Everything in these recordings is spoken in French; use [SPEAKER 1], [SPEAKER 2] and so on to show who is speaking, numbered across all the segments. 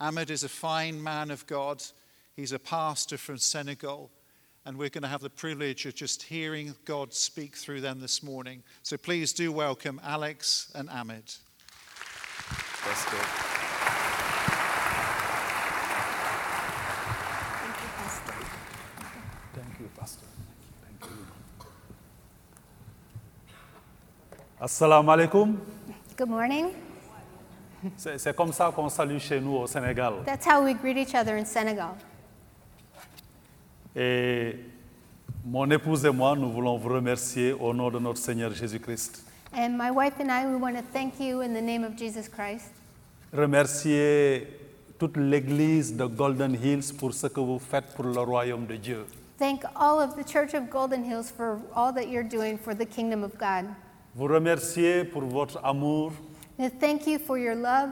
[SPEAKER 1] Ahmed is a fine man of God. He's a pastor from Senegal. And we're going to have the privilege of just hearing God speak through them this morning. So please do welcome Alex and Ahmed.
[SPEAKER 2] Let's go. Thank
[SPEAKER 3] Thank you, Pastor.
[SPEAKER 2] you, Pastor. Thank you. Assalamu alaikum.
[SPEAKER 3] Good morning.
[SPEAKER 2] C'est c'est comme ça qu'on salue chez nous au Sénégal.
[SPEAKER 3] That's how we greet each other in Senegal.
[SPEAKER 2] Et mon épouse et moi, nous voulons vous remercier au nom de notre Seigneur Jésus-Christ.
[SPEAKER 3] And my wife and I, we want to thank you in the name of Jesus Christ.
[SPEAKER 2] Remercier toute l'église de Golden Hills pour ce que vous faites pour le royaume de Dieu.
[SPEAKER 3] Thank all of the Church of Golden Hills for all that you're doing for the kingdom of God.
[SPEAKER 2] Vous remercier pour votre amour.
[SPEAKER 3] And thank you for your love.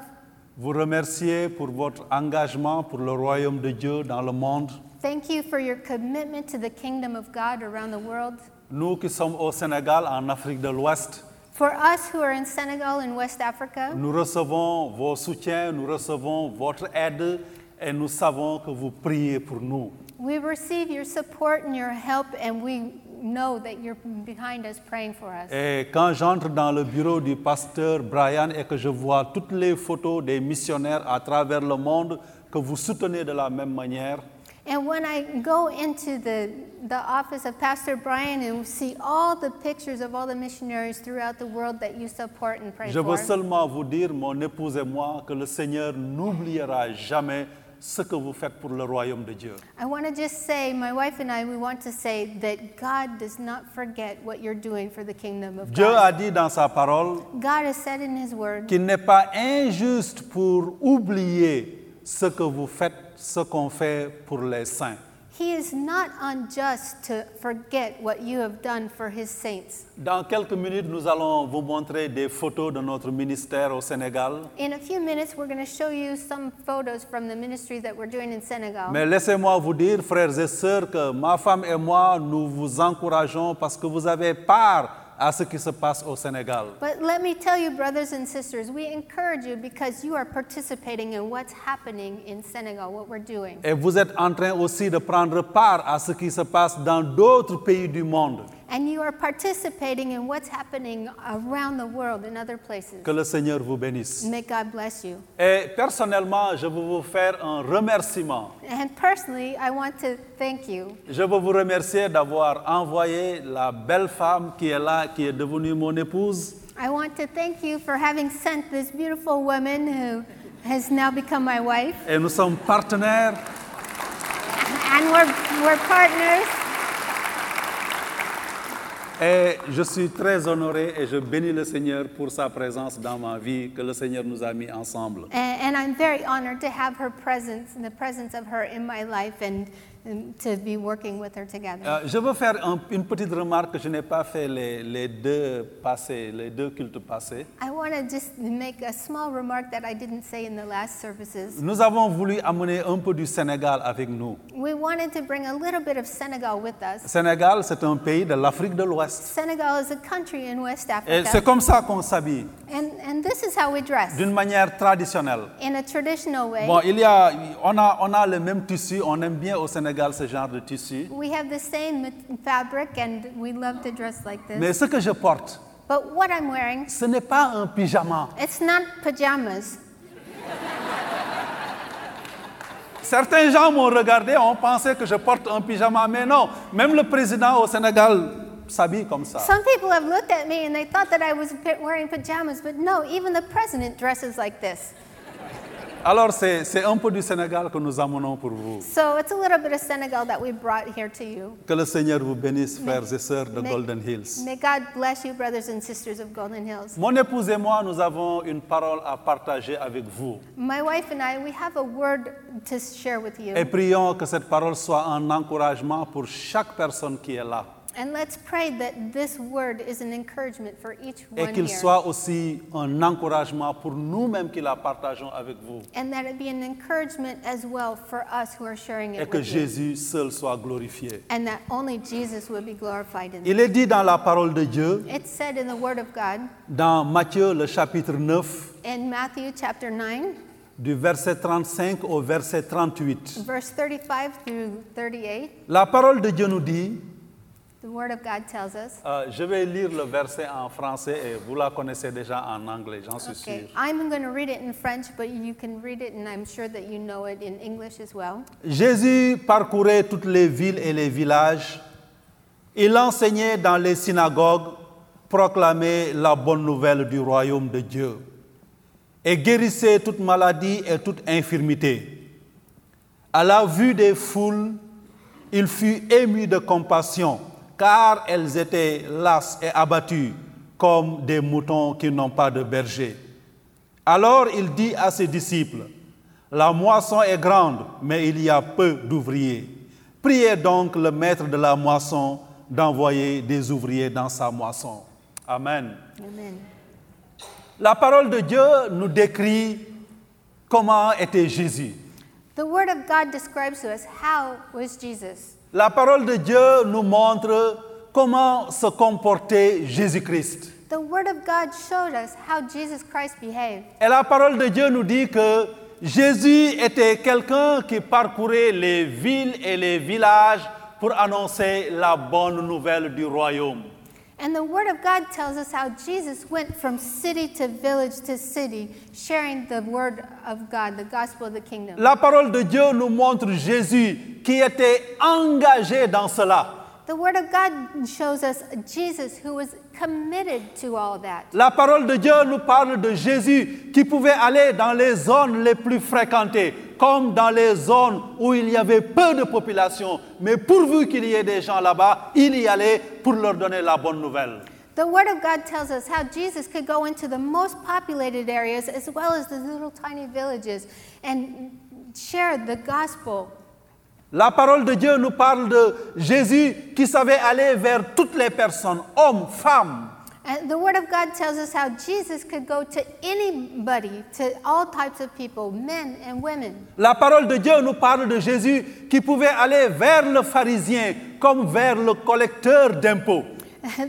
[SPEAKER 2] Vous remercier pour votre engagement pour le royaume de Dieu dans le monde.
[SPEAKER 3] Thank you for your commitment to the kingdom of God around the world.
[SPEAKER 2] Nous qui sommes au Sénégal, en Afrique de l'Ouest,
[SPEAKER 3] For us who are in Senegal and West Africa,
[SPEAKER 2] nous recevons vos soutiens, nous recevons votre aide et nous savons que vous priez pour nous.
[SPEAKER 3] we receive your support and your help, and we know that you're behind us praying for us.
[SPEAKER 2] Et quand j'entre dans le bureau du pasteur Brian et que je vois toutes les photos des missionnaires à travers le monde que vous soutenez de la même manière,
[SPEAKER 3] And when I go into the, the office of Pastor Brian and see all the pictures of all the missionaries throughout the world that you support and pray
[SPEAKER 2] je veux
[SPEAKER 3] for,
[SPEAKER 2] seulement vous dire, mon épouse et moi, que le Seigneur n'oubliera jamais ce que vous faites pour le royaume de Dieu.
[SPEAKER 3] I want to just say, my wife and I, we want to say that God does not forget what you're doing for the kingdom of
[SPEAKER 2] Dieu a
[SPEAKER 3] God.
[SPEAKER 2] dit dans sa parole
[SPEAKER 3] God has said in His Word
[SPEAKER 2] qu'il n'est pas injuste pour oublier ce que vous faites, ce qu'on fait pour les saints.
[SPEAKER 3] He is not unjust to forget what you have done for His saints.
[SPEAKER 2] Dans quelques minutes, nous allons vous montrer des photos de notre ministère au Sénégal.
[SPEAKER 3] In a few minutes, we're going to show you some photos from the ministry that we're doing in Senegal.
[SPEAKER 2] Mais laissez-moi vous dire, frères et sœurs, que ma femme et moi, nous vous encourageons parce que vous avez part à ce qui se passe au Sénégal.
[SPEAKER 3] But let me tell you, brothers and sisters, we encourage you because you are participating in what's happening in Senegal, what we're doing.
[SPEAKER 2] Et vous êtes en train aussi de prendre part à ce qui se passe dans d'autres pays du monde.
[SPEAKER 3] And you are participating in what's happening around the world in other places.
[SPEAKER 2] Que le Seigneur vous bénisse.
[SPEAKER 3] May God bless you.
[SPEAKER 2] Et personnellement, je veux vous faire un remerciement.
[SPEAKER 3] And personally, I want to thank you.
[SPEAKER 2] Je veux vous remercier d'avoir envoyé la belle femme qui est là, qui est devenue mon épouse.
[SPEAKER 3] I want to thank you for having sent this beautiful woman who has now become my wife.
[SPEAKER 2] Et nous sommes partenaires.
[SPEAKER 3] And we're, we're partners.
[SPEAKER 2] Et je suis très honoré et je bénis le Seigneur pour sa présence dans ma vie que le Seigneur nous a mis ensemble.
[SPEAKER 3] And, and I'm very honored to have her presence, the presence of her in my life, and, and to be working with her together.
[SPEAKER 2] Euh, je veux faire un- une petite remarque que je n'ai pas fait les, les deux passés, les deux cultes passés.
[SPEAKER 3] I want to just make a small remark that I didn't say in the last services.
[SPEAKER 2] Nous avons voulu amener un peu du Sénégal avec nous.
[SPEAKER 3] We wanted to bring a little bit of Senegal with us.
[SPEAKER 2] Sénégal, c'est un pays de l'Afrique de l'Ouest.
[SPEAKER 3] Senegal is a country in West
[SPEAKER 2] Et Eh, c'est
[SPEAKER 3] Africa,
[SPEAKER 2] comme ça qu'on s'habille,
[SPEAKER 3] and, and this is how we dress
[SPEAKER 2] d'une manière traditionnelle.
[SPEAKER 3] in a traditional way.
[SPEAKER 2] Bon, il y a, on, a, on a le même tissu, on aime bien au Sénégal ce genre de tissu.
[SPEAKER 3] We have the same mat- fabric, and we love to dress like this.
[SPEAKER 2] Mais ce que je porte,
[SPEAKER 3] But what I'm wearing,
[SPEAKER 2] ce n'est pas un pyjama.
[SPEAKER 3] it's not pajamas.
[SPEAKER 2] Certains gens m'ont regardé, on pensait que je porte un pyjama, mais non, même le président au Sénégal s'habille comme ça.
[SPEAKER 3] Some people have looked at me and they thought that I was pa- wearing pajamas, but no, even the president dresses like this.
[SPEAKER 2] Alors c'est c'est un peu du Sénégal que nous amenons pour vous.
[SPEAKER 3] So it's a little bit of Senegal that we brought here to you.
[SPEAKER 2] Que le Seigneur vous bénisse, frères et sœurs de
[SPEAKER 3] mais-
[SPEAKER 2] Golden Hills.
[SPEAKER 3] May God bless you, brothers and sisters of Golden Hills.
[SPEAKER 2] Mon épouse et moi, nous avons une parole à partager avec vous.
[SPEAKER 3] My wife and I, we have a word to share with you.
[SPEAKER 2] Et prions que cette parole soit un encouragement pour chaque personne qui est là.
[SPEAKER 3] And let's pray that this word is an encouragement for each
[SPEAKER 2] Et
[SPEAKER 3] one
[SPEAKER 2] qu'il
[SPEAKER 3] here.
[SPEAKER 2] soit aussi un encouragement pour nous-mêmes qui la partageons avec vous.
[SPEAKER 3] and that it be an encouragement as well for us who are sharing it
[SPEAKER 2] Et que
[SPEAKER 3] with you.
[SPEAKER 2] Jésus seul soit glorifié.
[SPEAKER 3] And that only Jesus will be glorified in it.
[SPEAKER 2] Il est dit dans la parole de Dieu,
[SPEAKER 3] It's said in the Word of God
[SPEAKER 2] dans Matthieu le chapitre 9,
[SPEAKER 3] in Matthew chapter 9.
[SPEAKER 2] du verset 35 au verset 38.
[SPEAKER 3] Verse 35 through 38,
[SPEAKER 2] La parole de Dieu nous dit,
[SPEAKER 3] the Word of God tells us.
[SPEAKER 2] euh, je vais lire le verset en français et vous la connaissez déjà en anglais, j'en suis sûr.
[SPEAKER 3] Okay, I'm going to read it in French, but you can read it, and I'm sure that you know it in English as well.
[SPEAKER 2] Jésus parcourait toutes les villes et les villages. Il enseignait dans les synagogues, proclamait la bonne nouvelle du royaume de Dieu et guérissait toute maladie et toute infirmité. À la vue des foules, il fut ému de compassion, car elles étaient lasses et abattues, comme des moutons qui n'ont pas de berger. Alors il dit à ses disciples, La moisson est grande, mais il y a peu d'ouvriers. Priez donc le maître de la moisson d'envoyer des ouvriers dans sa moisson. Amen.
[SPEAKER 3] Amen.
[SPEAKER 2] La parole de Dieu nous décrit comment était Jésus.
[SPEAKER 3] The Word of God describes to us how was Jesus.
[SPEAKER 2] La parole de Dieu nous montre comment se comportait Jésus-Christ.
[SPEAKER 3] The Word of God showed us how Jesus Christ behaved.
[SPEAKER 2] Et la parole de Dieu nous dit que Jésus était quelqu'un qui parcourait les villes et les villages pour annoncer la bonne nouvelle du royaume.
[SPEAKER 3] And the Word of God tells us how Jesus went from city to village to city, sharing the Word of God, the gospel of the kingdom.
[SPEAKER 2] La parole de Dieu nous montre Jésus qui était engagé dans cela.
[SPEAKER 3] The Word of God shows us Jesus who was committed to all that.
[SPEAKER 2] La parole de Dieu nous parle de Jésus qui pouvait aller dans les zones les plus fréquentées, comme dans les zones où il y avait peu de population. Mais pourvu qu'il y ait des gens là-bas, il y allait pour leur donner la bonne nouvelle.
[SPEAKER 3] The Word of God tells us how Jesus could go into the most populated areas as well as the little tiny villages and share the gospel.
[SPEAKER 2] La parole de Dieu nous parle de Jésus qui savait aller vers toutes les personnes, hommes, femmes.
[SPEAKER 3] And the Word of God tells us how Jesus could go to anybody, to all types of people, men and women.
[SPEAKER 2] La parole de Dieu nous parle de Jésus qui pouvait aller vers le pharisien comme vers le collecteur d'impôts.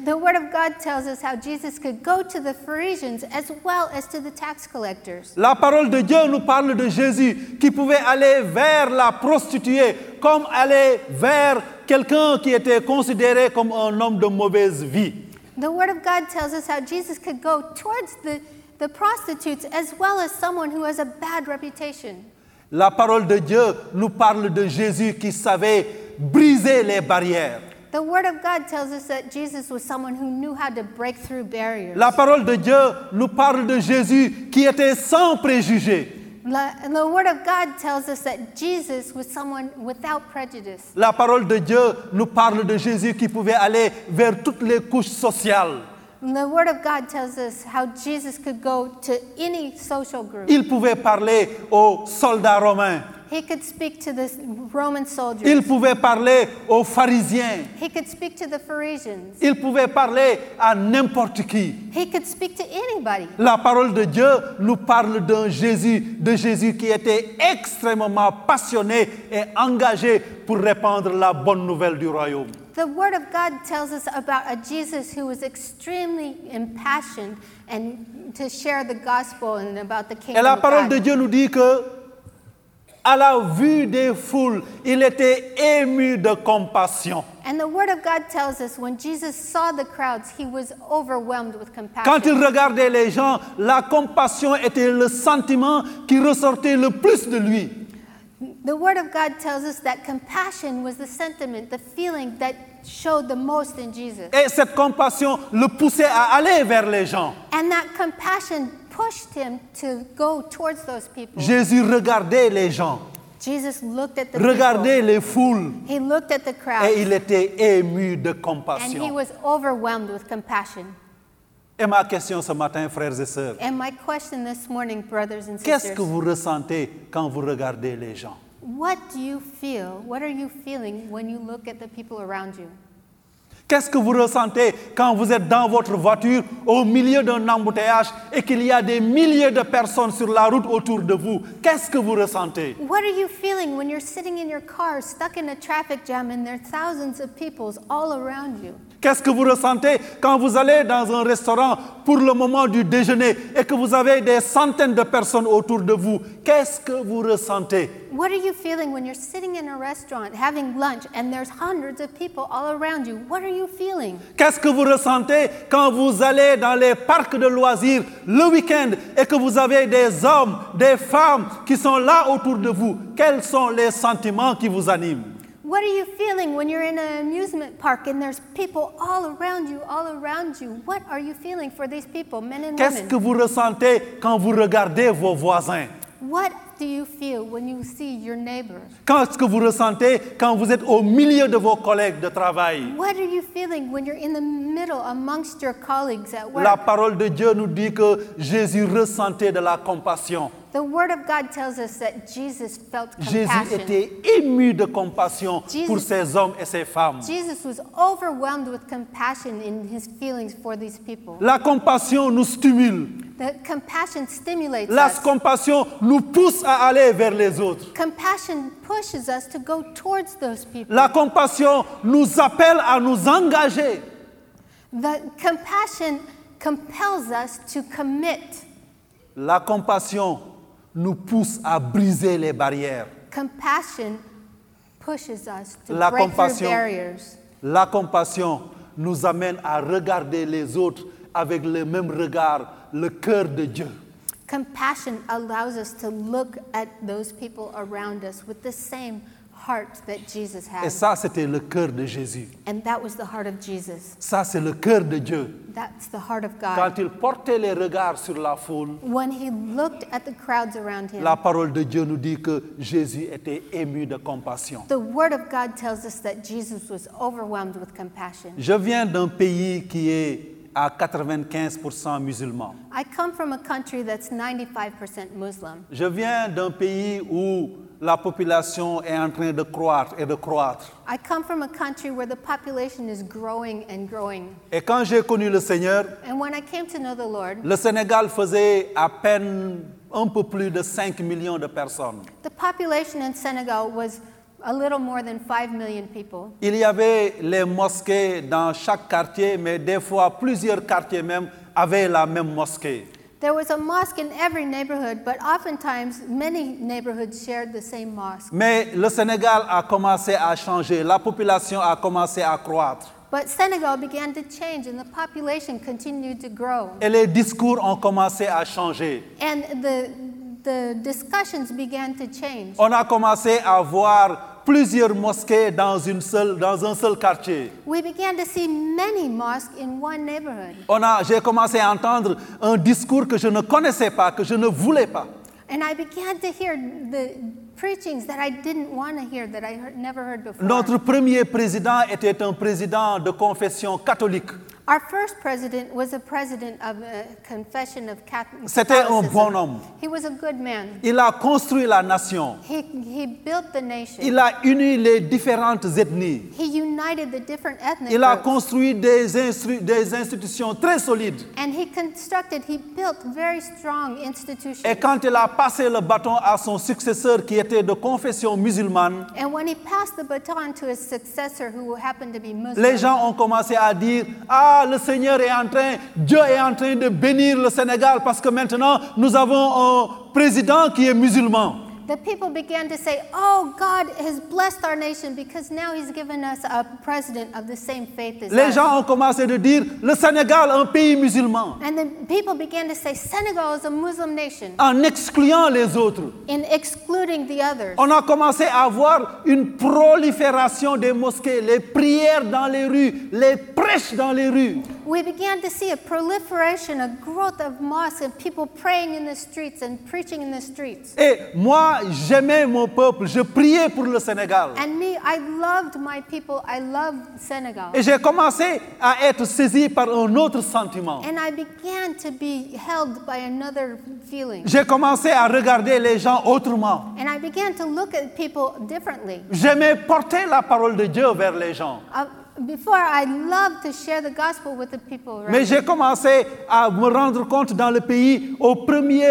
[SPEAKER 3] The Word of God tells us how Jesus could go to the Pharisians as well as to the tax collectors.
[SPEAKER 2] La parole de Dieu nous parle de Jésus qui pouvait aller vers la prostituée comme aller vers quelqu'un qui était considéré comme un homme de mauvaise vie.
[SPEAKER 3] The Word of God tells us how Jesus could go towards the, the prostitutes as well as someone who has a bad reputation.
[SPEAKER 2] La parole de Dieu nous parle de Jésus qui savait briser les barrières.
[SPEAKER 3] The Word of God tells us that Jesus was someone who knew how to break through barriers.
[SPEAKER 2] La parole de Dieu nous parle de Jésus qui était sans préjugés.
[SPEAKER 3] La- and the Word of God tells us that Jesus was someone without prejudice.
[SPEAKER 2] La parole de Dieu nous parle de Jésus qui pouvait aller vers toutes les couches sociales.
[SPEAKER 3] And the Word of God tells us how Jesus could go to any social group.
[SPEAKER 2] Il pouvait parler aux soldats romains.
[SPEAKER 3] He could speak to the Roman soldiers.
[SPEAKER 2] Il pouvait parler aux pharisiens.
[SPEAKER 3] He could speak to the Pharisians.
[SPEAKER 2] Il pouvait parler à n'importe qui.
[SPEAKER 3] He could speak to anybody.
[SPEAKER 2] La parole de Dieu nous parle d'un Jésus, de Jésus qui était extrêmement passionné et engagé pour répandre la bonne nouvelle du royaume.
[SPEAKER 3] The Word of God tells us about a Jesus who was extremely impassioned and to share the gospel and about the
[SPEAKER 2] Et
[SPEAKER 3] kingdom
[SPEAKER 2] la
[SPEAKER 3] of
[SPEAKER 2] parole
[SPEAKER 3] God.
[SPEAKER 2] de Dieu nous dit que, à la vue des foules, il était ému de compassion.
[SPEAKER 3] And the Word of God tells us when Jesus saw the crowds, he was overwhelmed with
[SPEAKER 2] Quand il
[SPEAKER 3] compassion.
[SPEAKER 2] regardait les gens, la compassion était le sentiment qui ressortait le plus de lui.
[SPEAKER 3] The Word of God tells us that compassion was the sentiment, the feeling that showed the most in Jesus.
[SPEAKER 2] Et cette compassion le poussait à aller vers les gens.
[SPEAKER 3] And that compassion pushed him to go towards those people.
[SPEAKER 2] Jésus regardait les gens,
[SPEAKER 3] Jesus looked at the
[SPEAKER 2] regardait les foules,
[SPEAKER 3] people. He looked at the crowd
[SPEAKER 2] et il était ému de
[SPEAKER 3] Ah. and he
[SPEAKER 2] compassion.
[SPEAKER 3] was overwhelmed with compassion.
[SPEAKER 2] Et ma question ce matin, frères et sœurs,
[SPEAKER 3] And my question this morning, brothers and
[SPEAKER 2] qu'est-ce que
[SPEAKER 3] sisters,
[SPEAKER 2] vous ressentez quand vous regardez les gens
[SPEAKER 3] what do you feel? What are you feeling when you look at the people around you?
[SPEAKER 2] Qu'est-ce que vous ressentez quand vous êtes dans votre voiture au milieu d'un embouteillage et qu'il y a des milliers de personnes sur la route autour de vous Qu'est-ce que vous ressentez
[SPEAKER 3] What are you feeling when you're sitting in your car, stuck in a traffic jam, and there are thousands of people all around you?
[SPEAKER 2] Qu'est-ce que vous ressentez quand vous allez dans un restaurant pour le moment du déjeuner et que vous avez des centaines de personnes autour de vous Qu'est-ce que vous ressentez
[SPEAKER 3] What are you feeling when you're sitting in a restaurant having lunch and there's hundreds of people all around you? What are you feeling?
[SPEAKER 2] Qu'est-ce que vous ressentez quand vous allez dans les parcs de loisirs le week-end et que vous avez des hommes, des femmes qui sont là autour de vous Quels sont les sentiments qui vous animent
[SPEAKER 3] What are you feeling when you're in an amusement park and there's people all around you, all around you? What are you feeling for these people, men and
[SPEAKER 2] Qu'est-ce
[SPEAKER 3] women?
[SPEAKER 2] que vous ressentez quand vous regardez vos voisins
[SPEAKER 3] What do you feel when you see your neighbor?
[SPEAKER 2] Qu'est-ce que vous ressentez quand vous êtes au milieu de vos collègues de travail
[SPEAKER 3] What are you feeling when you're in the middle amongst your colleagues at work?
[SPEAKER 2] La parole de Dieu nous dit que Jésus ressentait de la compassion.
[SPEAKER 3] The Word of God tells us that Jesus felt
[SPEAKER 2] Jésus
[SPEAKER 3] compassion.
[SPEAKER 2] était ému de compassion
[SPEAKER 3] Jésus-
[SPEAKER 2] pour ces hommes et ces femmes.
[SPEAKER 3] Jesus was overwhelmed with compassion in his feelings for these people.
[SPEAKER 2] La compassion nous stimule.
[SPEAKER 3] That compassion stimulates
[SPEAKER 2] La
[SPEAKER 3] us.
[SPEAKER 2] compassion nous pousse à aller vers les autres.
[SPEAKER 3] compassion pushes us to go towards those people.
[SPEAKER 2] La compassion nous appelle à nous engager.
[SPEAKER 3] the compassion compels us to commit.
[SPEAKER 2] La compassion nous pousse à briser les barrières.
[SPEAKER 3] Compassion pushes us to
[SPEAKER 2] La
[SPEAKER 3] break
[SPEAKER 2] compassion-
[SPEAKER 3] through barriers.
[SPEAKER 2] La compassion nous amène à regarder les autres avec le même regard, le cœur de Dieu.
[SPEAKER 3] Compassion allows us to look at those people around us with the same heart that Jesus had.
[SPEAKER 2] Et ça, c'était le cœur de Jésus.
[SPEAKER 3] and that was the heart of Jesus.
[SPEAKER 2] Ça, c'est le cœur de Dieu.
[SPEAKER 3] That's the heart of God.
[SPEAKER 2] Quand il portait les regards sur la foule,
[SPEAKER 3] When he looked at the crowds around him,
[SPEAKER 2] la parole de Dieu nous dit que Jésus était ému de compassion.
[SPEAKER 3] the Word of God tells us that Jesus was overwhelmed with compassion.
[SPEAKER 2] Je viens d'un pays qui est à 95% musulman.
[SPEAKER 3] I come from a country that's 95% Muslim.
[SPEAKER 2] Je viens d'un pays où la population est en train de croître et de croître.
[SPEAKER 3] I come from a country where the population is growing and growing.
[SPEAKER 2] Et quand j'ai connu le Seigneur,
[SPEAKER 3] And when I came to know the Lord,
[SPEAKER 2] Le Sénégal faisait à peine un peu plus de 5 millions de personnes.
[SPEAKER 3] the population in Senegal was a little more than 5 million people.
[SPEAKER 2] Il y avait les mosquées dans chaque quartier, mais des fois plusieurs quartiers même avaient la même mosquée.
[SPEAKER 3] There was a mosque in every neighborhood, but oftentimes many neighborhoods shared the same mosque.
[SPEAKER 2] Mais le Sénégal a commencé à changer, la population a commencé à croître
[SPEAKER 3] But Senegal began to change and the population continued to grow.
[SPEAKER 2] et les discours ont commencé à changer.
[SPEAKER 3] And the, the discussions began to change.
[SPEAKER 2] On a commencé à voir plusieurs mosquées dans, une seule, dans un seul quartier.
[SPEAKER 3] We began to see many mosques in one neighborhood.
[SPEAKER 2] On a- J'ai commencé à entendre un discours que je ne connaissais pas, que je ne voulais pas.
[SPEAKER 3] And I began to hear the preachings that I didn't want to hear, that I heard, never heard before.
[SPEAKER 2] Notre premier président était un président de confession catholique.
[SPEAKER 3] Our first president was a president of a confession of Catholic.
[SPEAKER 2] C'était un
[SPEAKER 3] Catholicism.
[SPEAKER 2] bon homme.
[SPEAKER 3] He was a good man.
[SPEAKER 2] Il a construit la nation.
[SPEAKER 3] He, he built the nation.
[SPEAKER 2] Il a uni les différentes ethnies.
[SPEAKER 3] he united the different ethnic
[SPEAKER 2] Il a
[SPEAKER 3] groups.
[SPEAKER 2] construit des, instru- des institutions très solides.
[SPEAKER 3] And he constructed, he built very strong institutions.
[SPEAKER 2] Et quand il a passé le bâton à son successeur qui était de confession musulmane,
[SPEAKER 3] and when he passed the baton to his successor, who happened to be Muslim,
[SPEAKER 2] les gens ont commencé à dire Ah, le Seigneur est en train, Dieu est en train de bénir le Sénégal parce que maintenant nous avons un président qui est musulman.
[SPEAKER 3] the people began to say, Oh, God has blessed our nation because now he's given us a president of the same faith as
[SPEAKER 2] Les
[SPEAKER 3] us.
[SPEAKER 2] gens ont commencé de dire le Sénégal, un pays musulman,
[SPEAKER 3] and then people began to say, Senegal is a Muslim nation,
[SPEAKER 2] en excluant les autres.
[SPEAKER 3] in excluding the others.
[SPEAKER 2] On a commencé à voir une prolifération des mosquées, les prières dans les rues, les prêches dans les rues.
[SPEAKER 3] We began to see a proliferation, a growth of mosques and people praying in the streets and preaching in the streets.
[SPEAKER 2] Et moi, j'aimais mon peuple, je priais pour le Sénégal.
[SPEAKER 3] And me, I loved my people. I loved Senegal.
[SPEAKER 2] Et j'ai commencé à être saisi par un autre sentiment.
[SPEAKER 3] And I began to be held by another feeling.
[SPEAKER 2] J'ai commencé à regarder les gens autrement.
[SPEAKER 3] And I began to look at people differently.
[SPEAKER 2] J'aimais porter la parole de Dieu vers les gens.
[SPEAKER 3] Uh, before, I loved to share the gospel with the people. around
[SPEAKER 2] Mais
[SPEAKER 3] me.
[SPEAKER 2] j'ai commencé à me rendre compte dans le pays aux premiers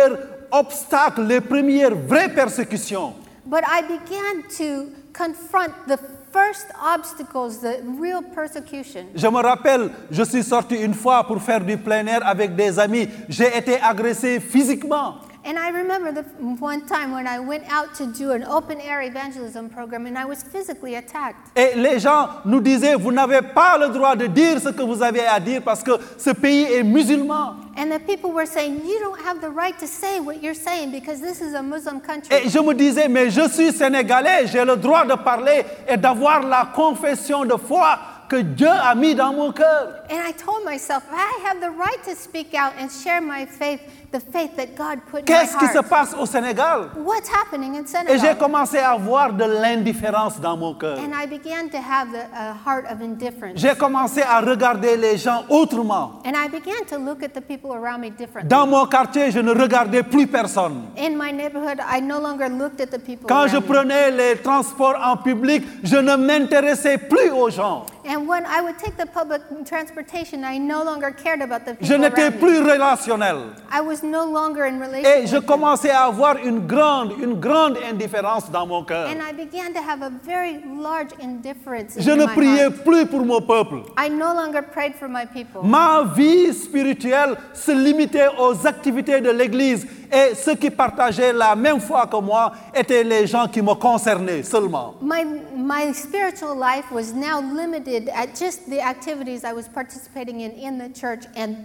[SPEAKER 2] obstacles, les premières vraies persécutions.
[SPEAKER 3] But I began to confront the first obstacles, the real persecution.
[SPEAKER 2] Je me rappelle, je suis sorti une fois pour faire du plein air avec des amis. J'ai été agressé physiquement.
[SPEAKER 3] And I remember the one time when I went out to do an open air evangelism program and I was physically attacked.
[SPEAKER 2] Et les gens nous disaient, vous n'avez pas le droit de dire ce que vous avez à dire parce que ce pays est musulman.
[SPEAKER 3] And the people were saying, You don't have the right to say what you're saying because this is a Muslim country.
[SPEAKER 2] Et je me disais, mais je suis sénégalais, j'ai le droit de parler et d'avoir la confession de foi que Dieu a mis dans mon cœur.
[SPEAKER 3] And I told myself, I have the right to speak out and share my faith, the faith that God put in my
[SPEAKER 2] Qu'est-ce qui se
[SPEAKER 3] heart.
[SPEAKER 2] passe au Sénégal
[SPEAKER 3] What's happening in
[SPEAKER 2] Et j'ai
[SPEAKER 3] Senegal?
[SPEAKER 2] commencé à avoir de l'indifférence dans mon cœur.
[SPEAKER 3] And I began to have the, a heart of indifference.
[SPEAKER 2] J'ai commencé à regarder les gens autrement.
[SPEAKER 3] And I began to look at the people around me differently.
[SPEAKER 2] Dans mon quartier, je ne regardais plus personne.
[SPEAKER 3] In my neighborhood, I no longer looked at the people
[SPEAKER 2] Quand je
[SPEAKER 3] around me.
[SPEAKER 2] prenais les transports en public, je ne m'intéressais plus aux gens.
[SPEAKER 3] And when I would take the public transportation, I no longer cared about the people
[SPEAKER 2] Je n'étais
[SPEAKER 3] around me.
[SPEAKER 2] plus relationnel.
[SPEAKER 3] I was no longer in relation
[SPEAKER 2] Et
[SPEAKER 3] with
[SPEAKER 2] je
[SPEAKER 3] them.
[SPEAKER 2] commençais à avoir une grande, une grande indifférence dans mon cœur.
[SPEAKER 3] And I began to have a very large indifference
[SPEAKER 2] Je
[SPEAKER 3] in
[SPEAKER 2] ne
[SPEAKER 3] my
[SPEAKER 2] priais
[SPEAKER 3] heart.
[SPEAKER 2] plus pour mon peuple.
[SPEAKER 3] I no longer prayed for my people.
[SPEAKER 2] Ma vie spirituelle se limitait aux activités de l'Église et ceux qui partageaient la même foi que moi étaient les gens qui me concernaient seulement.
[SPEAKER 3] My, my spiritual life was now limited at just the activities I was participating in in the church and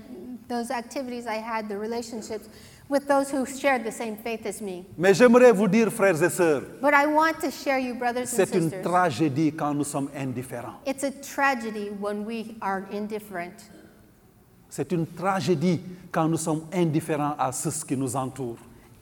[SPEAKER 3] those activities I had, the relationships with those who shared the same faith as me.
[SPEAKER 2] Mais j'aimerais vous dire, frères et sœurs,
[SPEAKER 3] But I want to share you, brothers and
[SPEAKER 2] c'est une
[SPEAKER 3] sisters,
[SPEAKER 2] tragédie quand nous sommes indifférents.
[SPEAKER 3] it's a tragedy when we are indifferent.
[SPEAKER 2] C'est une tragédie quand nous sommes indifférents à ce qui nous entoure.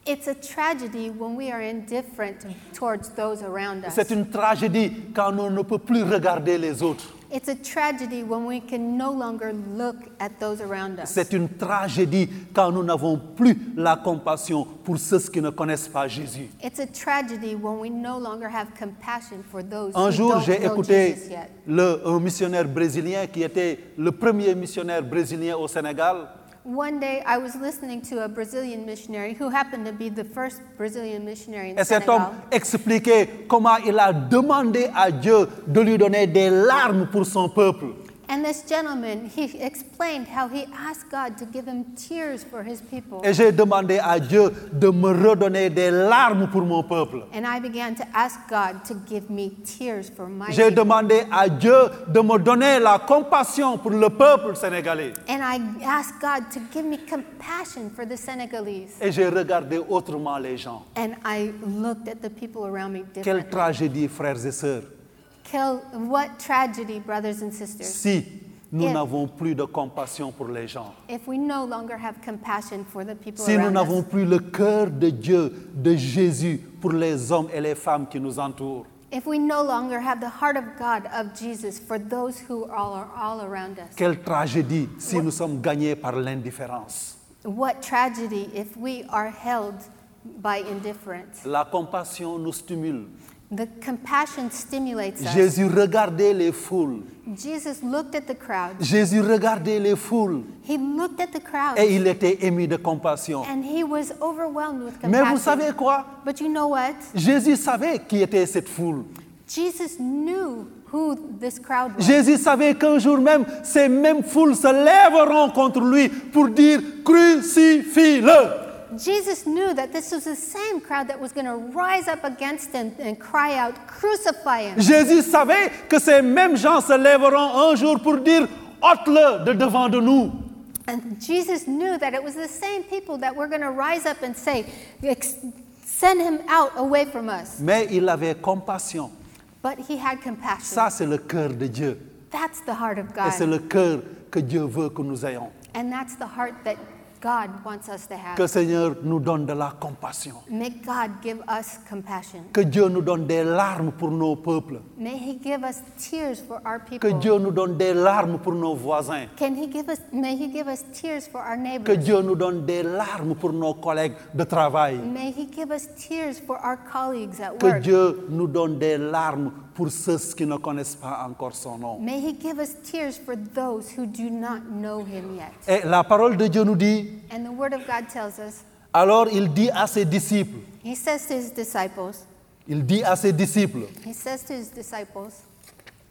[SPEAKER 3] It's a tragedy when we are indifferent towards those around us.
[SPEAKER 2] C'est une tragédie quand on ne peut plus regarder les autres.
[SPEAKER 3] It's a tragedy when we can no longer look at those around us.
[SPEAKER 2] C'est une tragédie quand nous n'avons plus la compassion pour ceux qui ne connaissent pas Jésus.
[SPEAKER 3] It's a tragedy when we no longer have compassion for those
[SPEAKER 2] Un
[SPEAKER 3] who
[SPEAKER 2] jour,
[SPEAKER 3] don't
[SPEAKER 2] j'ai
[SPEAKER 3] know
[SPEAKER 2] écouté
[SPEAKER 3] Jesus yet.
[SPEAKER 2] le- un missionnaire brésilien qui était le premier missionnaire brésilien au Sénégal.
[SPEAKER 3] One day, I was listening to a Brazilian missionary who happened to be the first Brazilian missionary in
[SPEAKER 2] Et cet homme
[SPEAKER 3] Senegal.
[SPEAKER 2] expliquait comment il a demandé à Dieu de lui donner des larmes pour son peuple.
[SPEAKER 3] And this gentleman, he explained how he asked God to give him tears for his people.
[SPEAKER 2] Et j'ai demandé à Dieu de me redonner des larmes pour mon peuple.
[SPEAKER 3] And I began to ask God to give me tears for my
[SPEAKER 2] J'ai
[SPEAKER 3] people.
[SPEAKER 2] demandé à Dieu de me donner la compassion pour le peuple sénégalais.
[SPEAKER 3] And I asked God to give me compassion for the Senegalese.
[SPEAKER 2] Et j'ai regardé autrement les gens.
[SPEAKER 3] And I looked at the people around me
[SPEAKER 2] Quelle
[SPEAKER 3] differently.
[SPEAKER 2] tragédie, frères et sœurs,
[SPEAKER 3] Kill, what tragedy, brothers and sisters,
[SPEAKER 2] si nous
[SPEAKER 3] Quelle-
[SPEAKER 2] n'avons plus de compassion pour les gens,
[SPEAKER 3] if we no longer have compassion for the people
[SPEAKER 2] si nous
[SPEAKER 3] around
[SPEAKER 2] n'avons
[SPEAKER 3] us,
[SPEAKER 2] plus le cœur de Dieu, de Jésus, pour les hommes et les femmes qui nous entourent.
[SPEAKER 3] if we no longer have the heart of God, of Jesus, for those who are all, are all around us.
[SPEAKER 2] Quelle tragédie si nous sommes gagnés par l'indifférence.
[SPEAKER 3] What tragedy if we are held by indifference.
[SPEAKER 2] La compassion nous stimule.
[SPEAKER 3] The compassion stimulates us.
[SPEAKER 2] Jésus regardait les foules.
[SPEAKER 3] Jesus looked at the crowd.
[SPEAKER 2] Jésus regardait les foules
[SPEAKER 3] He looked at the crowd
[SPEAKER 2] et il était ému de compassion.
[SPEAKER 3] and he was overwhelmed with
[SPEAKER 2] Mais
[SPEAKER 3] compassion.
[SPEAKER 2] vous savez quoi
[SPEAKER 3] But you know what?
[SPEAKER 2] Jésus savait qui était cette foule.
[SPEAKER 3] Jesus knew who this crowd was.
[SPEAKER 2] Jésus savait qu'un jour même, ces mêmes foules se lèveront contre lui pour dire crucifie-le.
[SPEAKER 3] Jesus knew that this was the same crowd that was going to rise up against him and cry out, Crucify him.
[SPEAKER 2] Jésus savait que ces mêmes gens se lèveront un jour pour dire ôte-le de devant de nous.
[SPEAKER 3] And Jesus knew that it was the same people that were going to rise up and say, "Ex- Send him out away from us.
[SPEAKER 2] Mais il avait compassion.
[SPEAKER 3] But he had compassion.
[SPEAKER 2] Ça, c'est le cœur de Dieu.
[SPEAKER 3] that's the heart of
[SPEAKER 2] Et c'est
[SPEAKER 3] God.
[SPEAKER 2] le cœur que Dieu veut que nous ayons.
[SPEAKER 3] And that's the heart that God wants us to
[SPEAKER 2] Que
[SPEAKER 3] have.
[SPEAKER 2] Seigneur nous donne de la compassion.
[SPEAKER 3] May God give us compassion.
[SPEAKER 2] Que Dieu nous donne des larmes pour nos peuples.
[SPEAKER 3] May he give us tears for our
[SPEAKER 2] Que
[SPEAKER 3] people.
[SPEAKER 2] Dieu nous donne des larmes pour nos voisins.
[SPEAKER 3] Can he give us, may he give us tears for our
[SPEAKER 2] Que
[SPEAKER 3] neighbors.
[SPEAKER 2] Dieu nous donne des larmes pour nos collègues de travail.
[SPEAKER 3] May He give us tears for our colleagues at
[SPEAKER 2] Que
[SPEAKER 3] work.
[SPEAKER 2] Dieu nous donne des larmes pour ceux qui ne connaissent pas encore son nom.
[SPEAKER 3] May He give us tears for those who do not know Him yet.
[SPEAKER 2] Et la parole de Dieu nous dit,
[SPEAKER 3] And the Word of God tells us,
[SPEAKER 2] alors il dit à ses disciples,
[SPEAKER 3] He says to His disciples,
[SPEAKER 2] il dit à ses disciples,
[SPEAKER 3] He says to His disciples,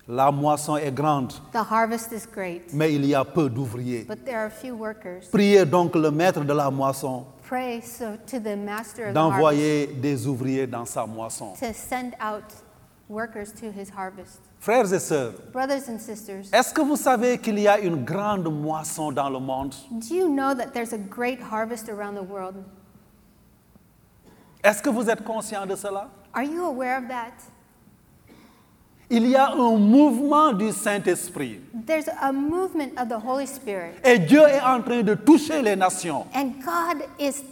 [SPEAKER 2] La moisson est grande,
[SPEAKER 3] The harvest is great,
[SPEAKER 2] mais il y a peu d'ouvriers.
[SPEAKER 3] but there are few workers.
[SPEAKER 2] Priez donc le maître de la moisson
[SPEAKER 3] Pray so to the master of the harvest
[SPEAKER 2] d'envoyer des ouvriers dans sa moisson.
[SPEAKER 3] to send out workers to his harvest.
[SPEAKER 2] Frères et sœurs,
[SPEAKER 3] Brothers and sisters,
[SPEAKER 2] est-ce que vous savez qu'il y a une grande moisson dans le monde
[SPEAKER 3] do you know that there's a great harvest around the world?
[SPEAKER 2] Est-ce que vous êtes conscient de cela
[SPEAKER 3] Are you aware of that?
[SPEAKER 2] Il y a un mouvement du Saint-Esprit.
[SPEAKER 3] There's a movement of the Holy Spirit,
[SPEAKER 2] Et Dieu est en train de toucher les nations.
[SPEAKER 3] and God is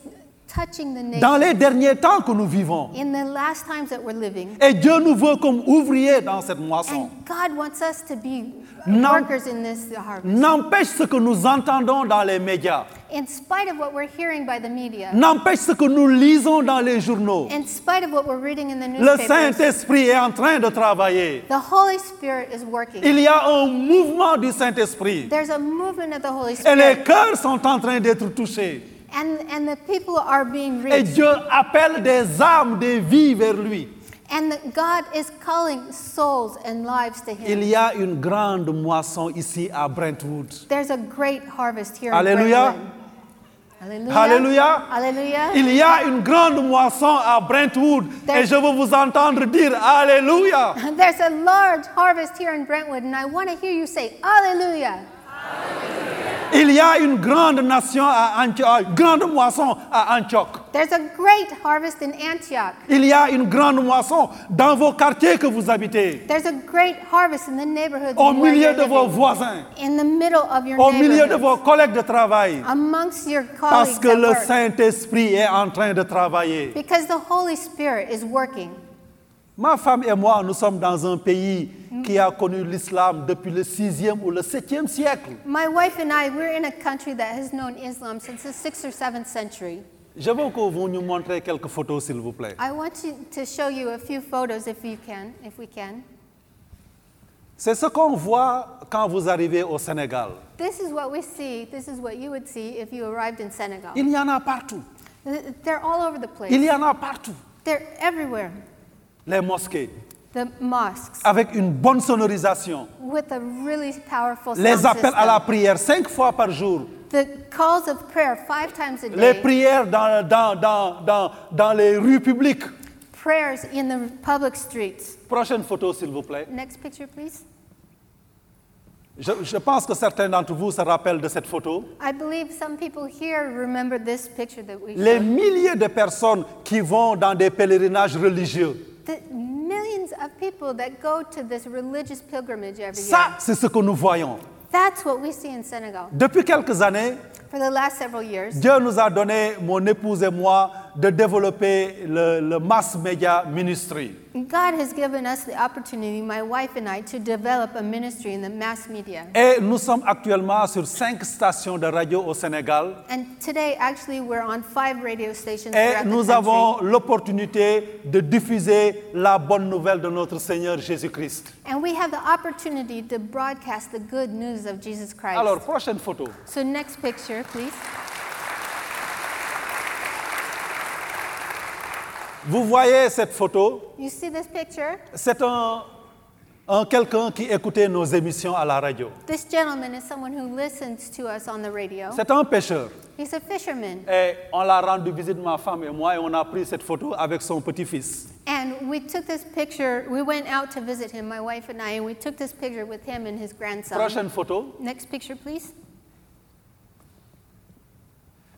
[SPEAKER 3] touching the
[SPEAKER 2] Dans
[SPEAKER 3] nation
[SPEAKER 2] les derniers temps que nous vivons.
[SPEAKER 3] in the last times that we're living.
[SPEAKER 2] Et Dieu nous veut comme ouvriers dans cette moisson.
[SPEAKER 3] And God wants us to be
[SPEAKER 2] Non.
[SPEAKER 3] workers in this harvest.
[SPEAKER 2] N'empêche ce que nous entendons dans les médias.
[SPEAKER 3] In spite of what we're hearing by the media,
[SPEAKER 2] N'empêche ce que nous lisons dans les journaux.
[SPEAKER 3] in spite of what we're reading in the
[SPEAKER 2] Le
[SPEAKER 3] newspapers,
[SPEAKER 2] Saint-Esprit est en train de travailler.
[SPEAKER 3] the Holy Spirit is working.
[SPEAKER 2] Il y a un mouvement du Saint-Esprit.
[SPEAKER 3] There's a movement of the Holy
[SPEAKER 2] Et les
[SPEAKER 3] Spirit,
[SPEAKER 2] cœurs sont en train d'être touchés.
[SPEAKER 3] and, and the people are being
[SPEAKER 2] Et
[SPEAKER 3] reached.
[SPEAKER 2] Dieu appelle des âmes, des vies vers lui.
[SPEAKER 3] And that God is calling souls and lives to Him.
[SPEAKER 2] Il y a une grande moisson ici à Brentwood.
[SPEAKER 3] There's a great harvest here
[SPEAKER 2] Alléluia.
[SPEAKER 3] in Brentwood.
[SPEAKER 2] Alléluia.
[SPEAKER 3] Alléluia.
[SPEAKER 2] Il y a une grande moisson à Brentwood. Et je veux vous entendre dire Alléluia.
[SPEAKER 3] There's a large harvest here in Brentwood, and I want to hear you say, Hallelujah.
[SPEAKER 2] Il y a une grande nation à Antioche, une grande moisson à Antioche.
[SPEAKER 3] There's a great harvest in Antioch.
[SPEAKER 2] Il y a une grande moisson dans vos quartiers que vous habitez,
[SPEAKER 3] There's a great harvest in the neighborhoods
[SPEAKER 2] au
[SPEAKER 3] where
[SPEAKER 2] milieu
[SPEAKER 3] you're
[SPEAKER 2] de vos
[SPEAKER 3] living,
[SPEAKER 2] voisins,
[SPEAKER 3] in the middle of your
[SPEAKER 2] au milieu de
[SPEAKER 3] neighborhoods,
[SPEAKER 2] vos collègues de travail.
[SPEAKER 3] amongst your colleagues
[SPEAKER 2] Parce que
[SPEAKER 3] at
[SPEAKER 2] le
[SPEAKER 3] work,
[SPEAKER 2] Saint-Esprit est en train de travailler.
[SPEAKER 3] because the Holy Spirit is working.
[SPEAKER 2] Ma femme et moi, nous sommes dans un pays qui a connu l'islam depuis le 6e ou le 7e siècle.
[SPEAKER 3] My wife and I, we're in a country that has known Islam since the 6th or 7th century.
[SPEAKER 2] Je veux que vous nous montrez quelques photos, s'il vous plaît.
[SPEAKER 3] I want you to show you a few photos if you can, if we can.
[SPEAKER 2] C'est ce qu'on voit quand vous arrivez au Sénégal.
[SPEAKER 3] This is what we see. This is what you would see if you arrived in Senegal.
[SPEAKER 2] Il y en a partout.
[SPEAKER 3] Th- They're all over the place.
[SPEAKER 2] Il y en a partout.
[SPEAKER 3] They're everywhere.
[SPEAKER 2] Les mosquées,
[SPEAKER 3] The mosques
[SPEAKER 2] avec une bonne sonorisation.
[SPEAKER 3] with a really powerful sound
[SPEAKER 2] Les appels à la
[SPEAKER 3] system.
[SPEAKER 2] prière cinq fois par jour.
[SPEAKER 3] The calls of prayer five times a
[SPEAKER 2] Les
[SPEAKER 3] day.
[SPEAKER 2] prières dans, dans, dans, dans, dans les rues publiques.
[SPEAKER 3] Prayers in the public streets.
[SPEAKER 2] Prochaine photo, s'il vous plaît.
[SPEAKER 3] Next picture, please.
[SPEAKER 2] Je, je pense que certains d'entre vous se rappellent de cette photo.
[SPEAKER 3] I believe some people here remember this picture that we
[SPEAKER 2] Les
[SPEAKER 3] showed.
[SPEAKER 2] milliers de personnes qui vont dans des pèlerinages religieux.
[SPEAKER 3] The millions of people that go to this religious pilgrimage every
[SPEAKER 2] Ça,
[SPEAKER 3] year.
[SPEAKER 2] c'est ce que nous voyons.
[SPEAKER 3] That's what we see in Senegal.
[SPEAKER 2] Depuis quelques années,
[SPEAKER 3] For the last several years,
[SPEAKER 2] Dieu nous a donné, mon épouse et moi, de développer le, le Mass Media Ministry.
[SPEAKER 3] God has given us the opportunity, my wife and I, to develop a ministry in the mass media.
[SPEAKER 2] Et nous sommes actuellement sur cinq stations de radio au Sénégal.
[SPEAKER 3] And today, actually, we're on five radio stations
[SPEAKER 2] Et
[SPEAKER 3] throughout
[SPEAKER 2] nous
[SPEAKER 3] the country.
[SPEAKER 2] avons l'opportunité de diffuser la bonne nouvelle de notre Seigneur Jésus-Christ.
[SPEAKER 3] And we have the opportunity to broadcast the good news of Jesus Christ.
[SPEAKER 2] Alors, prochaine photo.
[SPEAKER 3] so next picture, please.
[SPEAKER 2] Vous voyez cette photo
[SPEAKER 3] You see this picture?
[SPEAKER 2] C'est un, un quelqu'un qui écoutait nos émissions à la radio.
[SPEAKER 3] This gentleman is someone who listens to us on the radio.
[SPEAKER 2] C'est un pêcheur.
[SPEAKER 3] He's a fisherman.
[SPEAKER 2] Hein? Et on l'a rendu visite, ma femme et moi, et on a pris cette photo avec son petit-fils.
[SPEAKER 3] And we took this picture, we went out to visit him, my wife and I, and we took this picture with him and his grandson.
[SPEAKER 2] Prochaine photo.
[SPEAKER 3] Next picture, please.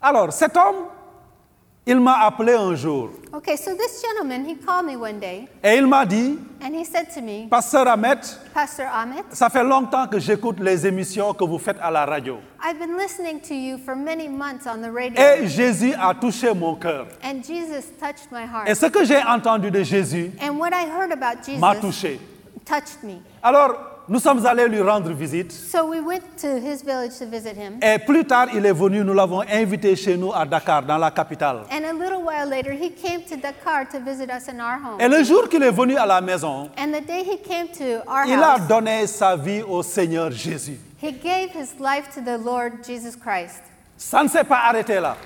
[SPEAKER 2] Alors, cet homme, il m'a appelé un jour.
[SPEAKER 3] Okay, so this gentleman, he called me one day
[SPEAKER 2] Et il m'a dit,
[SPEAKER 3] and he said to me,
[SPEAKER 2] Pasteur Ahmed,
[SPEAKER 3] Pastor Ahmed,
[SPEAKER 2] ça fait longtemps que j'écoute les émissions que vous faites à la radio.
[SPEAKER 3] I've been listening to you for many months on the radio,
[SPEAKER 2] Et Jésus a touché mon cœur.
[SPEAKER 3] and Jesus touched my
[SPEAKER 2] Et
[SPEAKER 3] heart.
[SPEAKER 2] ce que j'ai entendu de Jésus
[SPEAKER 3] And what I heard about
[SPEAKER 2] m'a
[SPEAKER 3] Jesus
[SPEAKER 2] touché.
[SPEAKER 3] touched me.
[SPEAKER 2] Alors, nous sommes allés lui rendre visite.
[SPEAKER 3] So we went to his village to visit him.
[SPEAKER 2] Et plus tard, il est venu, nous l'avons invité chez nous à Dakar, dans la capitale.
[SPEAKER 3] And a little while later, he came to Dakar to visit us in our
[SPEAKER 2] Et
[SPEAKER 3] home.
[SPEAKER 2] le jour qu'il est venu à la maison,
[SPEAKER 3] And the day he came to our
[SPEAKER 2] il a
[SPEAKER 3] house,
[SPEAKER 2] donné sa vie au Seigneur Jésus.
[SPEAKER 3] he gave his life to the Lord Jesus Christ.
[SPEAKER 2] Ça ne s'est pas arrêté là.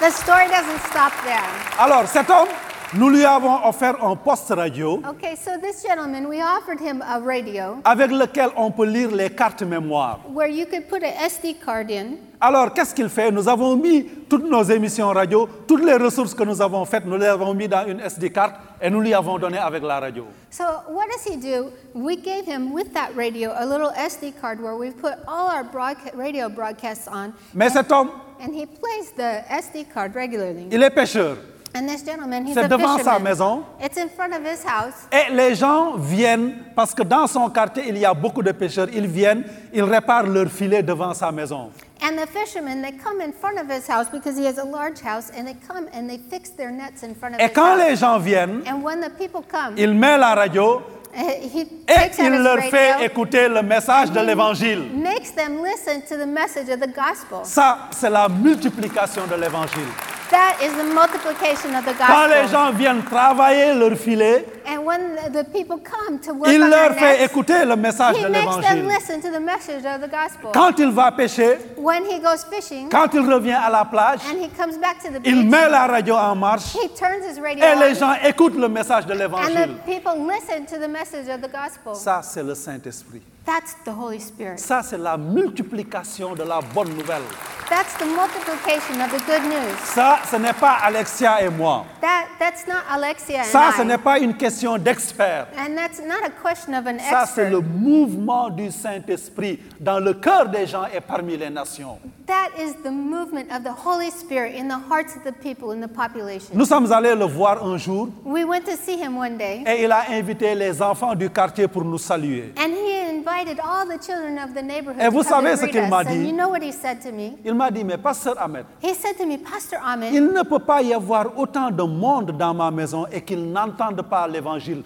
[SPEAKER 3] The story doesn't stop there.
[SPEAKER 2] Alors, cet homme, Nous lui avons offert un poste radio
[SPEAKER 3] Okay, so this gentleman, we offered him a radio
[SPEAKER 2] avec lequel on peut lire les cartes mémoire.
[SPEAKER 3] where you could put an SD card in.
[SPEAKER 2] Alors, qu'est-ce qu'il fait Nous avons mis toutes nos émissions radio, toutes les ressources que nous avons faites, nous les avons mis dans une SD carte et nous lui avons donné avec la radio.
[SPEAKER 3] So what does he do? We gave him with that radio a little SD card where we put all our broadca- radio broadcasts on,
[SPEAKER 2] Mais cet homme,
[SPEAKER 3] and he plays the SD card regularly.
[SPEAKER 2] il est pêcheur.
[SPEAKER 3] And this gentleman, he's
[SPEAKER 2] C'est
[SPEAKER 3] a
[SPEAKER 2] devant sa
[SPEAKER 3] fisherman.
[SPEAKER 2] maison.
[SPEAKER 3] It's in front of his house.
[SPEAKER 2] Et les gens viennent, parce que dans son quartier, il y a beaucoup de pêcheurs, ils viennent, ils réparent leur filet devant sa maison.
[SPEAKER 3] And the fishermen, they come in front of his house because he has a large house, and they come and they fix their nets in front of
[SPEAKER 2] Et
[SPEAKER 3] his
[SPEAKER 2] quand
[SPEAKER 3] house.
[SPEAKER 2] les gens viennent,
[SPEAKER 3] And when the people come,
[SPEAKER 2] il met la radio
[SPEAKER 3] eh, he
[SPEAKER 2] et
[SPEAKER 3] takes out
[SPEAKER 2] il
[SPEAKER 3] his
[SPEAKER 2] leur fait
[SPEAKER 3] radio,
[SPEAKER 2] écouter le message de l'évangile.
[SPEAKER 3] makes them listen to the message of the gospel.
[SPEAKER 2] Ça, c'est la multiplication de l'évangile.
[SPEAKER 3] That is the multiplication of the
[SPEAKER 2] Quand les
[SPEAKER 3] gospel.
[SPEAKER 2] gens viennent travailler leur filet,
[SPEAKER 3] And when the- the people come to work
[SPEAKER 2] il
[SPEAKER 3] on their
[SPEAKER 2] leur fait
[SPEAKER 3] nets,
[SPEAKER 2] écouter le message
[SPEAKER 3] he
[SPEAKER 2] de
[SPEAKER 3] makes them
[SPEAKER 2] l'évangile.
[SPEAKER 3] listen to the message of the gospel.
[SPEAKER 2] Quand il va pêcher,
[SPEAKER 3] When he goes fishing
[SPEAKER 2] quand il revient à la plage,
[SPEAKER 3] and he comes back to the
[SPEAKER 2] il
[SPEAKER 3] beach,
[SPEAKER 2] met la radio en marche
[SPEAKER 3] he turns his radio
[SPEAKER 2] et les
[SPEAKER 3] on,
[SPEAKER 2] gens écoutent le message de
[SPEAKER 3] and
[SPEAKER 2] l'évangile.
[SPEAKER 3] the people listen to the message of the gospel.
[SPEAKER 2] Ça, c'est le Saint-Esprit.
[SPEAKER 3] That's the Holy Spirit.
[SPEAKER 2] Ça, c'est la multiplication de la bonne nouvelle.
[SPEAKER 3] That's the multiplication of the good news.
[SPEAKER 2] Ça, ce n'est pas Alexia et moi.
[SPEAKER 3] That, that's not Alexia and
[SPEAKER 2] Ça, ce
[SPEAKER 3] I.
[SPEAKER 2] n'est pas une question d'experts.
[SPEAKER 3] And that's not a question of an
[SPEAKER 2] Ça, c'est
[SPEAKER 3] expert.
[SPEAKER 2] le mouvement du Saint-Esprit dans le cœur des gens et parmi les nations.
[SPEAKER 3] That is the movement of the Holy Spirit in the hearts of the people in the population.
[SPEAKER 2] Nous sommes allés le voir un jour
[SPEAKER 3] We went to see him one day,
[SPEAKER 2] et il a invité les enfants du quartier pour nous saluer.
[SPEAKER 3] and he invited all the children of the neighborhood
[SPEAKER 2] Et
[SPEAKER 3] to
[SPEAKER 2] vous
[SPEAKER 3] come
[SPEAKER 2] savez
[SPEAKER 3] and
[SPEAKER 2] ce
[SPEAKER 3] greet
[SPEAKER 2] qu'il m'a
[SPEAKER 3] us. And
[SPEAKER 2] dit?
[SPEAKER 3] you know what he said to me?
[SPEAKER 2] Il m'a dit, mais pasteur Ahmed,
[SPEAKER 3] He said to me, Pastor Ahmed,
[SPEAKER 2] il ne peut pas y avoir autant de monde dans ma maison et qu'ils n'entendent pas l'évangile.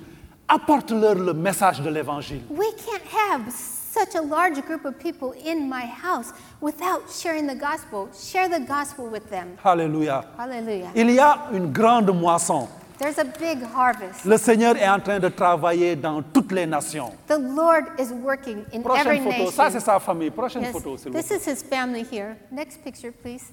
[SPEAKER 2] Apporte-leur le message de l'évangile.
[SPEAKER 3] we can't have such a large group of people in my house without sharing the gospel. Share the gospel with them.
[SPEAKER 2] Alléluia.
[SPEAKER 3] Hallelujah.
[SPEAKER 2] Il y a une grande moisson.
[SPEAKER 3] There's a big harvest.
[SPEAKER 2] Le Seigneur est en train de travailler dans toutes les nations.
[SPEAKER 3] The Lord is working in every
[SPEAKER 2] Prochaine photo,
[SPEAKER 3] nation.
[SPEAKER 2] ça c'est sa famille. Prochaine
[SPEAKER 3] Yes,
[SPEAKER 2] photo, s'il vous
[SPEAKER 3] This
[SPEAKER 2] plaît.
[SPEAKER 3] is his family here. Next picture, please.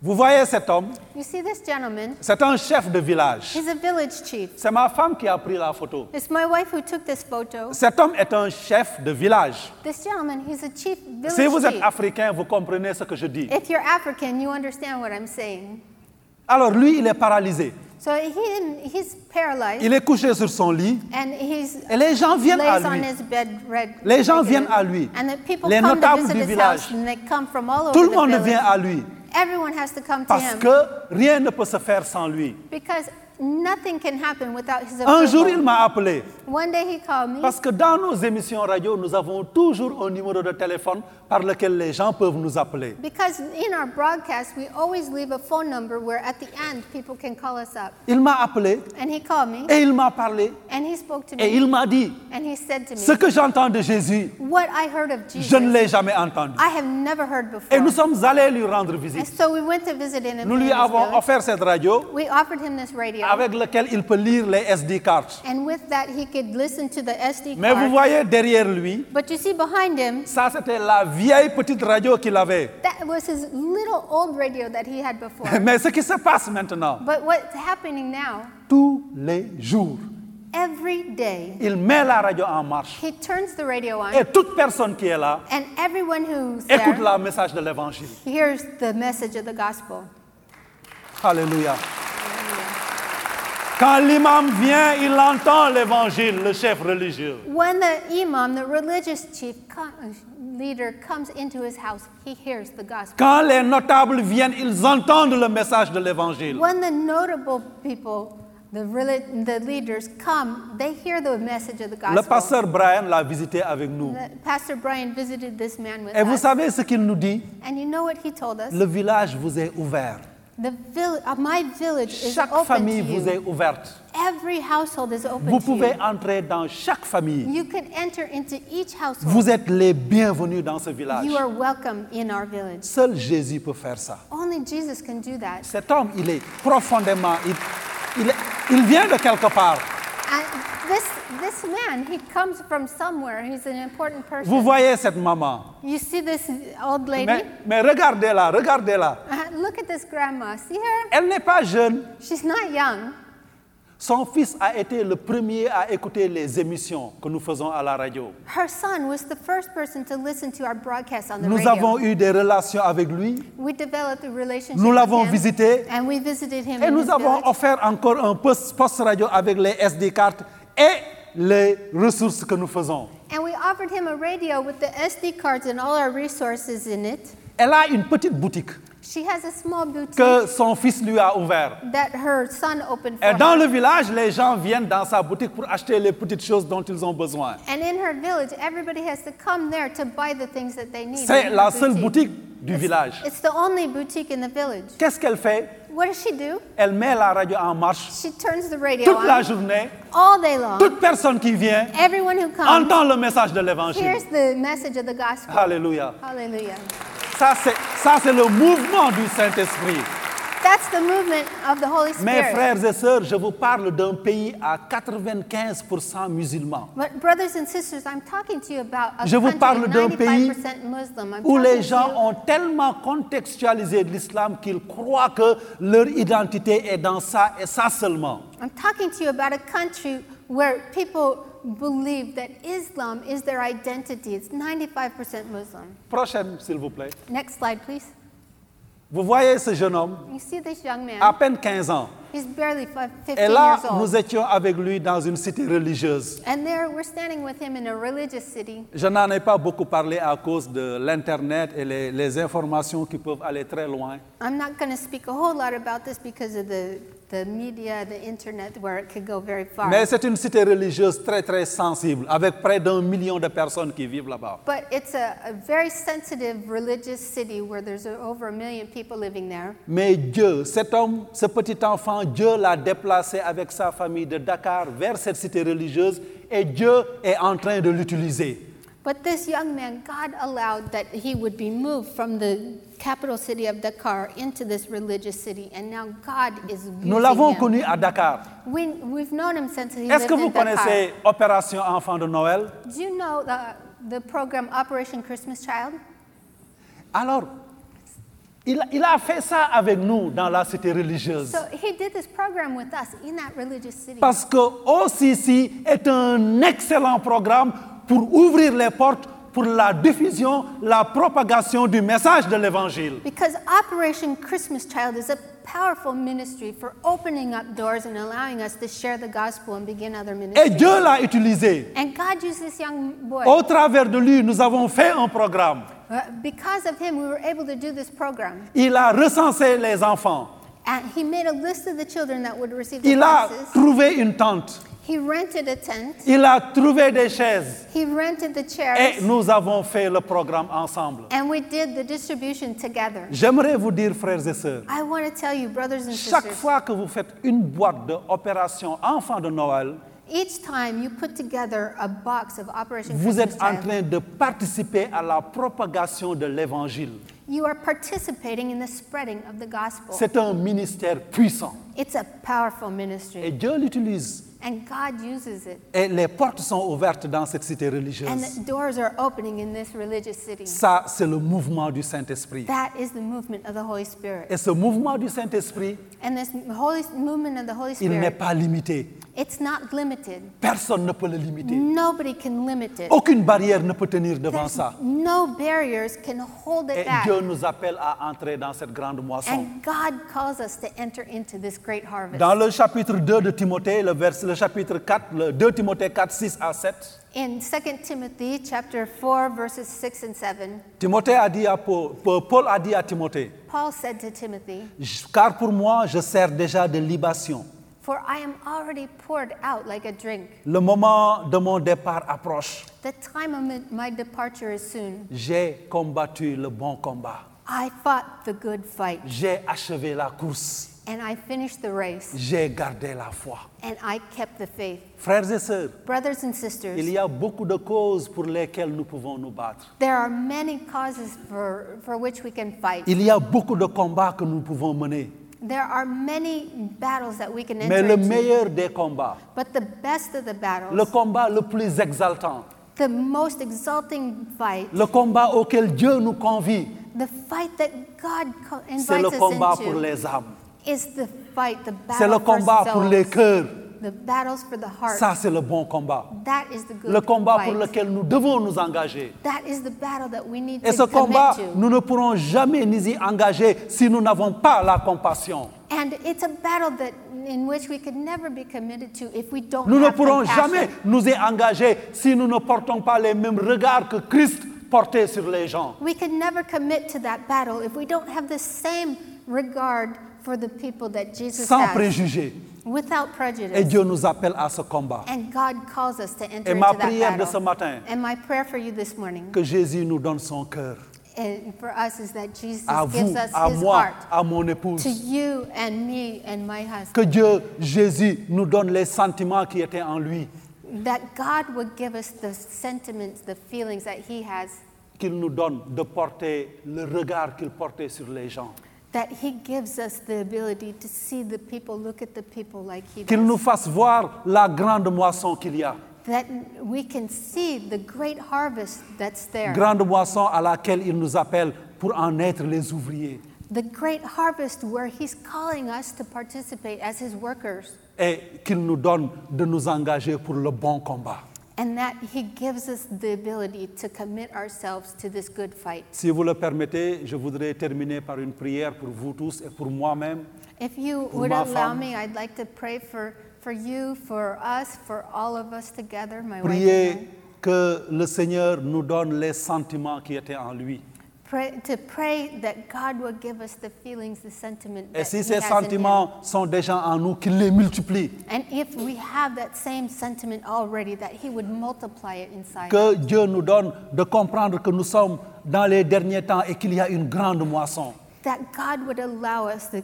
[SPEAKER 2] Vous voyez cet homme
[SPEAKER 3] You see this gentleman?
[SPEAKER 2] C'est un chef de village.
[SPEAKER 3] He's a village chief.
[SPEAKER 2] C'est ma femme qui a pris la photo.
[SPEAKER 3] It's my wife who took this photo.
[SPEAKER 2] Cet homme est un chef de village.
[SPEAKER 3] This gentleman, he's a chief village
[SPEAKER 2] Si vous êtes
[SPEAKER 3] chief.
[SPEAKER 2] africain, vous comprenez ce que je dis.
[SPEAKER 3] If you're African, you understand what I'm saying.
[SPEAKER 2] Alors lui, il est paralysé.
[SPEAKER 3] So he, he's paralyzed
[SPEAKER 2] Il est couché sur son lit
[SPEAKER 3] and he's
[SPEAKER 2] et les gens viennent à
[SPEAKER 3] lays on
[SPEAKER 2] lui.
[SPEAKER 3] his bed red.
[SPEAKER 2] Les gens
[SPEAKER 3] regularly.
[SPEAKER 2] viennent à lui.
[SPEAKER 3] And the people
[SPEAKER 2] Les
[SPEAKER 3] come to
[SPEAKER 2] notables
[SPEAKER 3] visit
[SPEAKER 2] du
[SPEAKER 3] his
[SPEAKER 2] village.
[SPEAKER 3] house and they come from all over
[SPEAKER 2] Tout le
[SPEAKER 3] the
[SPEAKER 2] monde
[SPEAKER 3] village.
[SPEAKER 2] vient à lui
[SPEAKER 3] Everyone has to come to
[SPEAKER 2] parce
[SPEAKER 3] him
[SPEAKER 2] que rien ne peut se faire sans lui.
[SPEAKER 3] because nothing can happen without his approval.
[SPEAKER 2] Un jour, il m'a appelé
[SPEAKER 3] One day he called me
[SPEAKER 2] parce que dans nos émissions radio, nous avons toujours un numéro de téléphone par lequel les gens peuvent nous appeler.
[SPEAKER 3] Because in our broadcast, we always leave a phone number where at the end people can call us up.
[SPEAKER 2] Il m'a appelé
[SPEAKER 3] And he called me
[SPEAKER 2] et il m'a parlé
[SPEAKER 3] and he spoke to
[SPEAKER 2] et
[SPEAKER 3] me
[SPEAKER 2] il m'a dit
[SPEAKER 3] and he said to
[SPEAKER 2] Ce
[SPEAKER 3] me,
[SPEAKER 2] que j'entends de Jésus,
[SPEAKER 3] What I heard of
[SPEAKER 2] je ne
[SPEAKER 3] Jesus,
[SPEAKER 2] l'ai jamais entendu.
[SPEAKER 3] I have never heard
[SPEAKER 2] Et nous
[SPEAKER 3] before.
[SPEAKER 2] sommes allés lui rendre
[SPEAKER 3] And
[SPEAKER 2] visite.
[SPEAKER 3] so we went to visit him and
[SPEAKER 2] Nous lui avons offert cette radio
[SPEAKER 3] we offered him this radio.
[SPEAKER 2] avec laquelle il peut lire les SD cartes.
[SPEAKER 3] And with that, he could listen to the SD
[SPEAKER 2] Mais vous
[SPEAKER 3] card.
[SPEAKER 2] voyez derrière lui,
[SPEAKER 3] But you see behind him,
[SPEAKER 2] ça c'était la vieille petite radio qu'il avait.
[SPEAKER 3] that was his little old radio that he had before.
[SPEAKER 2] Mais ce qui se passe maintenant,
[SPEAKER 3] but what's happening now,
[SPEAKER 2] tous les jours,
[SPEAKER 3] every day,
[SPEAKER 2] il met la radio en marche.
[SPEAKER 3] he turns the radio on
[SPEAKER 2] Et toute personne qui est là
[SPEAKER 3] and everyone who's
[SPEAKER 2] écoute
[SPEAKER 3] there
[SPEAKER 2] le message de l'Évangile.
[SPEAKER 3] Here's the message of the gospel.
[SPEAKER 2] Alléluia. Quand l'imam vient, il entend l'Évangile, le chef religieux.
[SPEAKER 3] When the imam, the religious chief co- leader, comes into his house, he hears the gospel.
[SPEAKER 2] Quand les notables viennent, ils entendent le message de l'Évangile.
[SPEAKER 3] When the notable people, the, reli- the leaders come, they hear the message of the
[SPEAKER 2] Le
[SPEAKER 3] gospel.
[SPEAKER 2] pasteur Brian l'a visité avec nous.
[SPEAKER 3] The- Pastor Brian visited this man with
[SPEAKER 2] Et vous
[SPEAKER 3] us,
[SPEAKER 2] savez ce qu'il nous dit
[SPEAKER 3] and you know what he told us?
[SPEAKER 2] Le village vous est ouvert.
[SPEAKER 3] The vill- uh, my village is
[SPEAKER 2] Chaque
[SPEAKER 3] open
[SPEAKER 2] famille
[SPEAKER 3] to you.
[SPEAKER 2] vous est ouverte.
[SPEAKER 3] Every household is open
[SPEAKER 2] Vous
[SPEAKER 3] to you.
[SPEAKER 2] pouvez entrer dans chaque famille.
[SPEAKER 3] You can enter into each household.
[SPEAKER 2] Vous êtes les bienvenus dans ce village.
[SPEAKER 3] you are welcome in our village.
[SPEAKER 2] Seul Jésus peut faire ça.
[SPEAKER 3] Only Jesus can do that.
[SPEAKER 2] Cet homme, il est profondément... Il, il est- il vient de quelque part.
[SPEAKER 3] I, this, this man, he comes from somewhere. He's an important person.
[SPEAKER 2] Vous voyez cette maman.
[SPEAKER 3] You see this old lady?
[SPEAKER 2] Mais, mais regardez-la, regardez-la.
[SPEAKER 3] Uh, look at this grandma. See her?
[SPEAKER 2] Elle n'est pas jeune.
[SPEAKER 3] She's not young.
[SPEAKER 2] Son fils a été le premier à écouter les émissions que nous faisons à la radio.
[SPEAKER 3] Her son was the first person to listen to our broadcast on the
[SPEAKER 2] Nous
[SPEAKER 3] radio.
[SPEAKER 2] avons eu des relations avec lui
[SPEAKER 3] we developed a relationship.
[SPEAKER 2] Nous
[SPEAKER 3] with
[SPEAKER 2] l'avons
[SPEAKER 3] him,
[SPEAKER 2] visité.
[SPEAKER 3] And we visited him.
[SPEAKER 2] et
[SPEAKER 3] in his
[SPEAKER 2] nous avons
[SPEAKER 3] village.
[SPEAKER 2] offert encore un poste, poste radio avec les SD cartes et les ressources que nous faisons.
[SPEAKER 3] And we offered him a radio with the SD cards and all our resources in it.
[SPEAKER 2] Elle a une petite boutique
[SPEAKER 3] She has a small boutique
[SPEAKER 2] que son fils lui a ouvert.
[SPEAKER 3] that her son opened for
[SPEAKER 2] Et dans
[SPEAKER 3] her.
[SPEAKER 2] le village, les gens viennent dans sa boutique pour acheter les petites choses dont ils ont besoin.
[SPEAKER 3] And in her village, everybody has to come there to buy the things that they need.
[SPEAKER 2] C'est
[SPEAKER 3] in her
[SPEAKER 2] la seule boutique du village.
[SPEAKER 3] It's the only boutique in the village.
[SPEAKER 2] Qu'est-ce qu'elle fait
[SPEAKER 3] What does she do?
[SPEAKER 2] Elle met la radio en marche
[SPEAKER 3] She turns the radio
[SPEAKER 2] toute la
[SPEAKER 3] on
[SPEAKER 2] journée.
[SPEAKER 3] all day long.
[SPEAKER 2] Toute personne qui vient
[SPEAKER 3] Everyone who comes
[SPEAKER 2] entend le message de l'évangile.
[SPEAKER 3] hears the message of the gospel.
[SPEAKER 2] Alléluia.
[SPEAKER 3] Hallelujah.
[SPEAKER 2] Ça, c'est ça, c'est le mouvement du Saint-Esprit.
[SPEAKER 3] That's the movement of the Holy
[SPEAKER 2] Mes
[SPEAKER 3] Spirit.
[SPEAKER 2] frères et sœurs, je vous parle d'un pays à 95% musulmans,
[SPEAKER 3] But brothers and sisters, I'm talking to you about a
[SPEAKER 2] Je vous
[SPEAKER 3] country
[SPEAKER 2] parle d'un pays
[SPEAKER 3] 95% Muslim. I'm
[SPEAKER 2] où
[SPEAKER 3] talking
[SPEAKER 2] les
[SPEAKER 3] to
[SPEAKER 2] gens
[SPEAKER 3] you-
[SPEAKER 2] ont tellement contextualisé l'islam qu'ils croient que leur identité est dans ça et ça seulement.
[SPEAKER 3] I'm talking to you about a country where people believe that Islam is their identity. It's 95% Muslim.
[SPEAKER 2] Prochaine, s'il vous plaît.
[SPEAKER 3] Next slide, please.
[SPEAKER 2] Vous voyez ce jeune homme,
[SPEAKER 3] You see this young man?
[SPEAKER 2] à peine 15 ans.
[SPEAKER 3] He's barely fi- 15
[SPEAKER 2] Ah. Et là,
[SPEAKER 3] years old.
[SPEAKER 2] nous étions avec lui dans une cité religieuse.
[SPEAKER 3] And there we're standing with him in a religious city.
[SPEAKER 2] Je n'en ai pas beaucoup parlé à cause de l'Internet et les, les informations qui peuvent aller très loin.
[SPEAKER 3] I'm not going to speak a whole lot about this because of the, the media, the internet, where it could go very far.
[SPEAKER 2] Mais c'est une cité religieuse très très sensible, avec près d'un million de personnes qui vivent là-bas.
[SPEAKER 3] But it's a, a very sensitive religious city where there's a, over a million people living there.
[SPEAKER 2] Mais Dieu, cet homme, ce petit enfant, Dieu l'a déplacé avec sa famille de Dakar vers cette cité religieuse et Dieu est en train de l'utiliser.
[SPEAKER 3] But this young man, God allowed that he would be moved from the capital city of Dakar into this religious city, and now God is using
[SPEAKER 2] Nous l'avons
[SPEAKER 3] him.
[SPEAKER 2] connu à Dakar.
[SPEAKER 3] We, we've known him since he
[SPEAKER 2] Est-ce
[SPEAKER 3] lived
[SPEAKER 2] que vous
[SPEAKER 3] in Dakar.
[SPEAKER 2] connaissez Opération Enfant de Noël
[SPEAKER 3] Do you know the, the program Operation Christmas Child?
[SPEAKER 2] Alors, il, il a fait ça avec nous dans la cité religieuse.
[SPEAKER 3] So he did this program with us in that religious city.
[SPEAKER 2] Parce que OCC est un excellent programme pour ouvrir les portes pour la diffusion, la propagation du message de l'Évangile.
[SPEAKER 3] Because Operation Christmas Child is a powerful ministry for opening up doors and allowing us to share the gospel and begin other
[SPEAKER 2] Et
[SPEAKER 3] ministries.
[SPEAKER 2] Dieu l'a utilisé.
[SPEAKER 3] And God used this young boy.
[SPEAKER 2] Au travers de lui, nous avons fait un programme.
[SPEAKER 3] Uh, Because of him, we were able to do this program.
[SPEAKER 2] Il a recensé les enfants.
[SPEAKER 3] And he made a list of the children that would receive the
[SPEAKER 2] Il a
[SPEAKER 3] classes.
[SPEAKER 2] trouvé une tente.
[SPEAKER 3] He rented a tent.
[SPEAKER 2] Il a trouvé des chaises.
[SPEAKER 3] He rented the
[SPEAKER 2] Et
[SPEAKER 3] chairs.
[SPEAKER 2] nous avons fait le programme ensemble.
[SPEAKER 3] And we did the distribution together.
[SPEAKER 2] J'aimerais vous dire, frères et sœurs,
[SPEAKER 3] I want to tell you, brothers and
[SPEAKER 2] chaque
[SPEAKER 3] sisters,
[SPEAKER 2] fois que vous faites une boîte d'opération Enfant de Noël,
[SPEAKER 3] each time you put together a box of Operation
[SPEAKER 2] Vous
[SPEAKER 3] Christmas
[SPEAKER 2] êtes en
[SPEAKER 3] Child,
[SPEAKER 2] train de participer à la propagation de l'évangile.
[SPEAKER 3] you are participating in the spreading of the gospel.
[SPEAKER 2] C'est un ministère puissant
[SPEAKER 3] It's a powerful
[SPEAKER 2] et
[SPEAKER 3] ministry,
[SPEAKER 2] Dieu l'utilise.
[SPEAKER 3] and God uses it.
[SPEAKER 2] Et les portes sont ouvertes dans cette cité
[SPEAKER 3] And
[SPEAKER 2] religieuse.
[SPEAKER 3] doors are opening in this religious city.
[SPEAKER 2] Ça, c'est le mouvement du Saint-Esprit.
[SPEAKER 3] That is the movement of the Holy Spirit.
[SPEAKER 2] Et ce mouvement du Saint-Esprit,
[SPEAKER 3] And this holy movement of the Holy
[SPEAKER 2] il n'est
[SPEAKER 3] Spirit,
[SPEAKER 2] pas limité.
[SPEAKER 3] it's not limited.
[SPEAKER 2] Personne ne peut le limiter.
[SPEAKER 3] Nobody can limit it.
[SPEAKER 2] Aucune barrière ne peut tenir devant
[SPEAKER 3] There's
[SPEAKER 2] ça.
[SPEAKER 3] no barriers can hold
[SPEAKER 2] Et
[SPEAKER 3] it back.
[SPEAKER 2] Dieu nous appelle à entrer dans cette grande moisson.
[SPEAKER 3] And God calls us to enter into this great harvest.
[SPEAKER 2] Dans le chapitre 2 de Timothée, le, vers- le chapitre 4, le 2 Timothée 4, 6 à 7,
[SPEAKER 3] In 2 Timothy chapter 4 verses 6 and 7,
[SPEAKER 2] Timothée a dit à Paul, Paul a dit à Timothée,
[SPEAKER 3] Paul said to Timothy,
[SPEAKER 2] car pour moi je sers déjà de libation.
[SPEAKER 3] "For I am already poured out like a drink.
[SPEAKER 2] Le moment de mon départ approche.
[SPEAKER 3] The time of my- my departure is soon.
[SPEAKER 2] J'ai combattu le bon combat.
[SPEAKER 3] I fought the good fight,
[SPEAKER 2] J'ai achevé la course.
[SPEAKER 3] and I finished the race,
[SPEAKER 2] J'ai gardé la foi.
[SPEAKER 3] and I kept the faith."
[SPEAKER 2] Frères et sœurs,
[SPEAKER 3] Brothers and
[SPEAKER 2] il
[SPEAKER 3] sisters,
[SPEAKER 2] y a beaucoup de causes pour lesquelles nous pouvons nous battre.
[SPEAKER 3] there are many causes for, for which we can fight.
[SPEAKER 2] Il y a beaucoup de combats que nous pouvons mener.
[SPEAKER 3] There are many battles that we can enter
[SPEAKER 2] Mais le
[SPEAKER 3] into,
[SPEAKER 2] meilleur des combats,
[SPEAKER 3] but the best of the battles,
[SPEAKER 2] le combat le plus exaltant,
[SPEAKER 3] the most exalting fight,
[SPEAKER 2] le combat auquel Dieu nous convie,
[SPEAKER 3] the fight that God co-
[SPEAKER 2] c'est
[SPEAKER 3] invites
[SPEAKER 2] le combat
[SPEAKER 3] us into,
[SPEAKER 2] pour les âmes,
[SPEAKER 3] is the fight, the
[SPEAKER 2] c'est
[SPEAKER 3] battle
[SPEAKER 2] le combat
[SPEAKER 3] for
[SPEAKER 2] pour
[SPEAKER 3] souls,
[SPEAKER 2] les cœurs.
[SPEAKER 3] the battles for the heart.
[SPEAKER 2] Ça, c'est le bon combat.
[SPEAKER 3] that is the good
[SPEAKER 2] Le combat
[SPEAKER 3] fight.
[SPEAKER 2] pour lequel nous devons nous engager.
[SPEAKER 3] That is the battle that we need
[SPEAKER 2] Et
[SPEAKER 3] to
[SPEAKER 2] ce combat,
[SPEAKER 3] commit to.
[SPEAKER 2] nous ne pourrons jamais nous y engager si nous n'avons pas la compassion.
[SPEAKER 3] And it's a battle that in which we could never be committed to if we don't
[SPEAKER 2] Nous ne
[SPEAKER 3] have
[SPEAKER 2] pourrons
[SPEAKER 3] compassion.
[SPEAKER 2] jamais nous y engager si nous ne portons pas les mêmes regards que Christ portait sur les gens.
[SPEAKER 3] We could never commit to that battle if we don't have the same regard for the people that Jesus
[SPEAKER 2] Sans
[SPEAKER 3] has,
[SPEAKER 2] préjugés.
[SPEAKER 3] without prejudice.
[SPEAKER 2] Et Dieu nous appelle à ce combat.
[SPEAKER 3] and God calls us to enter
[SPEAKER 2] Et ma
[SPEAKER 3] into that
[SPEAKER 2] prière de
[SPEAKER 3] battle.
[SPEAKER 2] ce matin-
[SPEAKER 3] and my prayer for you this morning
[SPEAKER 2] Que Jésus nous donne son cœur.
[SPEAKER 3] and for us is that Jesus
[SPEAKER 2] À
[SPEAKER 3] gives
[SPEAKER 2] vous,
[SPEAKER 3] us
[SPEAKER 2] à
[SPEAKER 3] his
[SPEAKER 2] moi,
[SPEAKER 3] heart
[SPEAKER 2] à mon épouse.
[SPEAKER 3] to you and me and my husband.
[SPEAKER 2] Que Dieu, Jésus, nous donne les sentiments qui étaient en lui,
[SPEAKER 3] That God would give us the sentiments, the feelings that He has,
[SPEAKER 2] qu'il nous donne de porter le regard qu'il portait sur les gens.
[SPEAKER 3] that He gives us the ability to see the people, look at the people like He
[SPEAKER 2] Qu'il nous
[SPEAKER 3] does.
[SPEAKER 2] fasse voir la grande moisson qu'il y a.
[SPEAKER 3] That we can see the great harvest that's there,
[SPEAKER 2] Grande moisson à laquelle il nous appelle pour en être les ouvriers.
[SPEAKER 3] the great harvest where He's calling us to participate as His workers,
[SPEAKER 2] Et qu'il nous donne de nous engager pour le bon combat.
[SPEAKER 3] and that He gives us the ability to commit ourselves to this good fight.
[SPEAKER 2] Si vous le permettez, je voudrais terminer par une prière pour vous tous et pour moi-même.
[SPEAKER 3] If you
[SPEAKER 2] Pour
[SPEAKER 3] would
[SPEAKER 2] ma
[SPEAKER 3] allow
[SPEAKER 2] femme.
[SPEAKER 3] me, I'd like to pray for, for you, for us, for all of us together, my wife. and I.
[SPEAKER 2] Priez que le Seigneur nous donne les sentiments qui étaient en lui.
[SPEAKER 3] Pray, to pray that God will give us the feelings, the sentiment.
[SPEAKER 2] Et
[SPEAKER 3] that
[SPEAKER 2] si
[SPEAKER 3] He
[SPEAKER 2] ces
[SPEAKER 3] has in Him.
[SPEAKER 2] sentiments sont déjà en nous, qu'il les multiplie.
[SPEAKER 3] And if we have that same sentiment already, that He would multiply it inside. us.
[SPEAKER 2] Que Dieu nous donne de comprendre que nous sommes dans les derniers temps et qu'il y a une grande moisson.
[SPEAKER 3] That God would allow us the,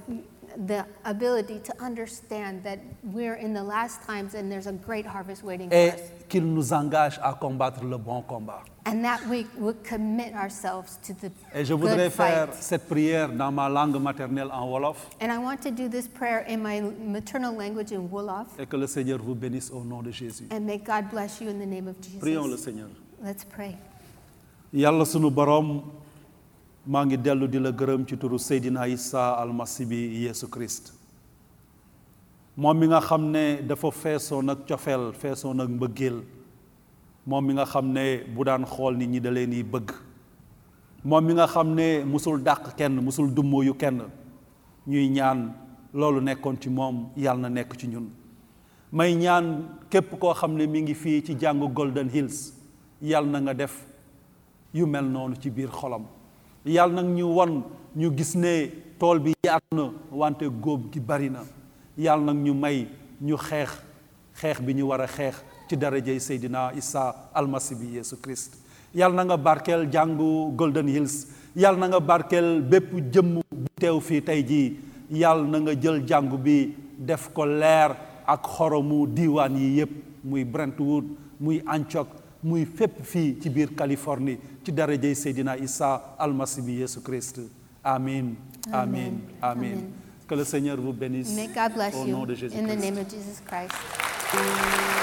[SPEAKER 3] the ability to understand that we're in the last times and there's a great harvest waiting for
[SPEAKER 2] et
[SPEAKER 3] us.
[SPEAKER 2] qu'il nous engage à combattre le bon combat.
[SPEAKER 3] And that we would commit ourselves to the
[SPEAKER 2] Et Eh, je voudrais
[SPEAKER 3] good
[SPEAKER 2] faire
[SPEAKER 3] fight.
[SPEAKER 2] cette prière dans ma langue maternelle en Wolof
[SPEAKER 3] And I want to do this prayer in my maternal language in Wolof.
[SPEAKER 2] et que le Seigneur vous bénisse au nom de Jésus.
[SPEAKER 3] And may God bless you in the name of Jesus.
[SPEAKER 2] Prions le Seigneur.
[SPEAKER 3] Let's pray.
[SPEAKER 2] yàlla sunu borom maa ngi dellu di la gërëm ci turu Seydina Issa almasi bi Yeesu Christ moom mi nga xam ne dafa feesoon ak cofeel feesoon ak mbëggeel moom mi nga xam ne bu daan xool nit ñi da leen di bëgg moom mi nga xam ne musul dàq kenn musul dummóoyu kenn ñuy ñaan loolu nekkoon ci moom yàlla na nekk ci ñun may ñaan képp koo xam ne mi ngi fii ci jàngu Golden Hills yàlla na nga def yu mel noonu ci biir xolam yàlla nag ñu won ñu gis ne tool bi yaatu na wante góob gi bari na yàlla nag ñu may ñu xeex xeex bi ñu war a xeex ci darajey Seydina Issa almasi bi Yeesu Christ yàlla na nga barkeel jàngu Golden Hills yàlla na nga barkeel bépp jëmm bu teew fii tey jii yàlla na nga jël jàngu bi def ko leer ak xoromu diiwaan yi yépp muy Brentwood muy Antioch muy fépp fii ci biir Californie ci darajey Seydina Issa almasi bi Yeesu Christ amin amin amin que le Seigneur vous bénisse
[SPEAKER 3] May God bless
[SPEAKER 2] au
[SPEAKER 3] you
[SPEAKER 2] nom de Jésus
[SPEAKER 3] in the
[SPEAKER 2] Christ
[SPEAKER 3] name of Jesus Christ.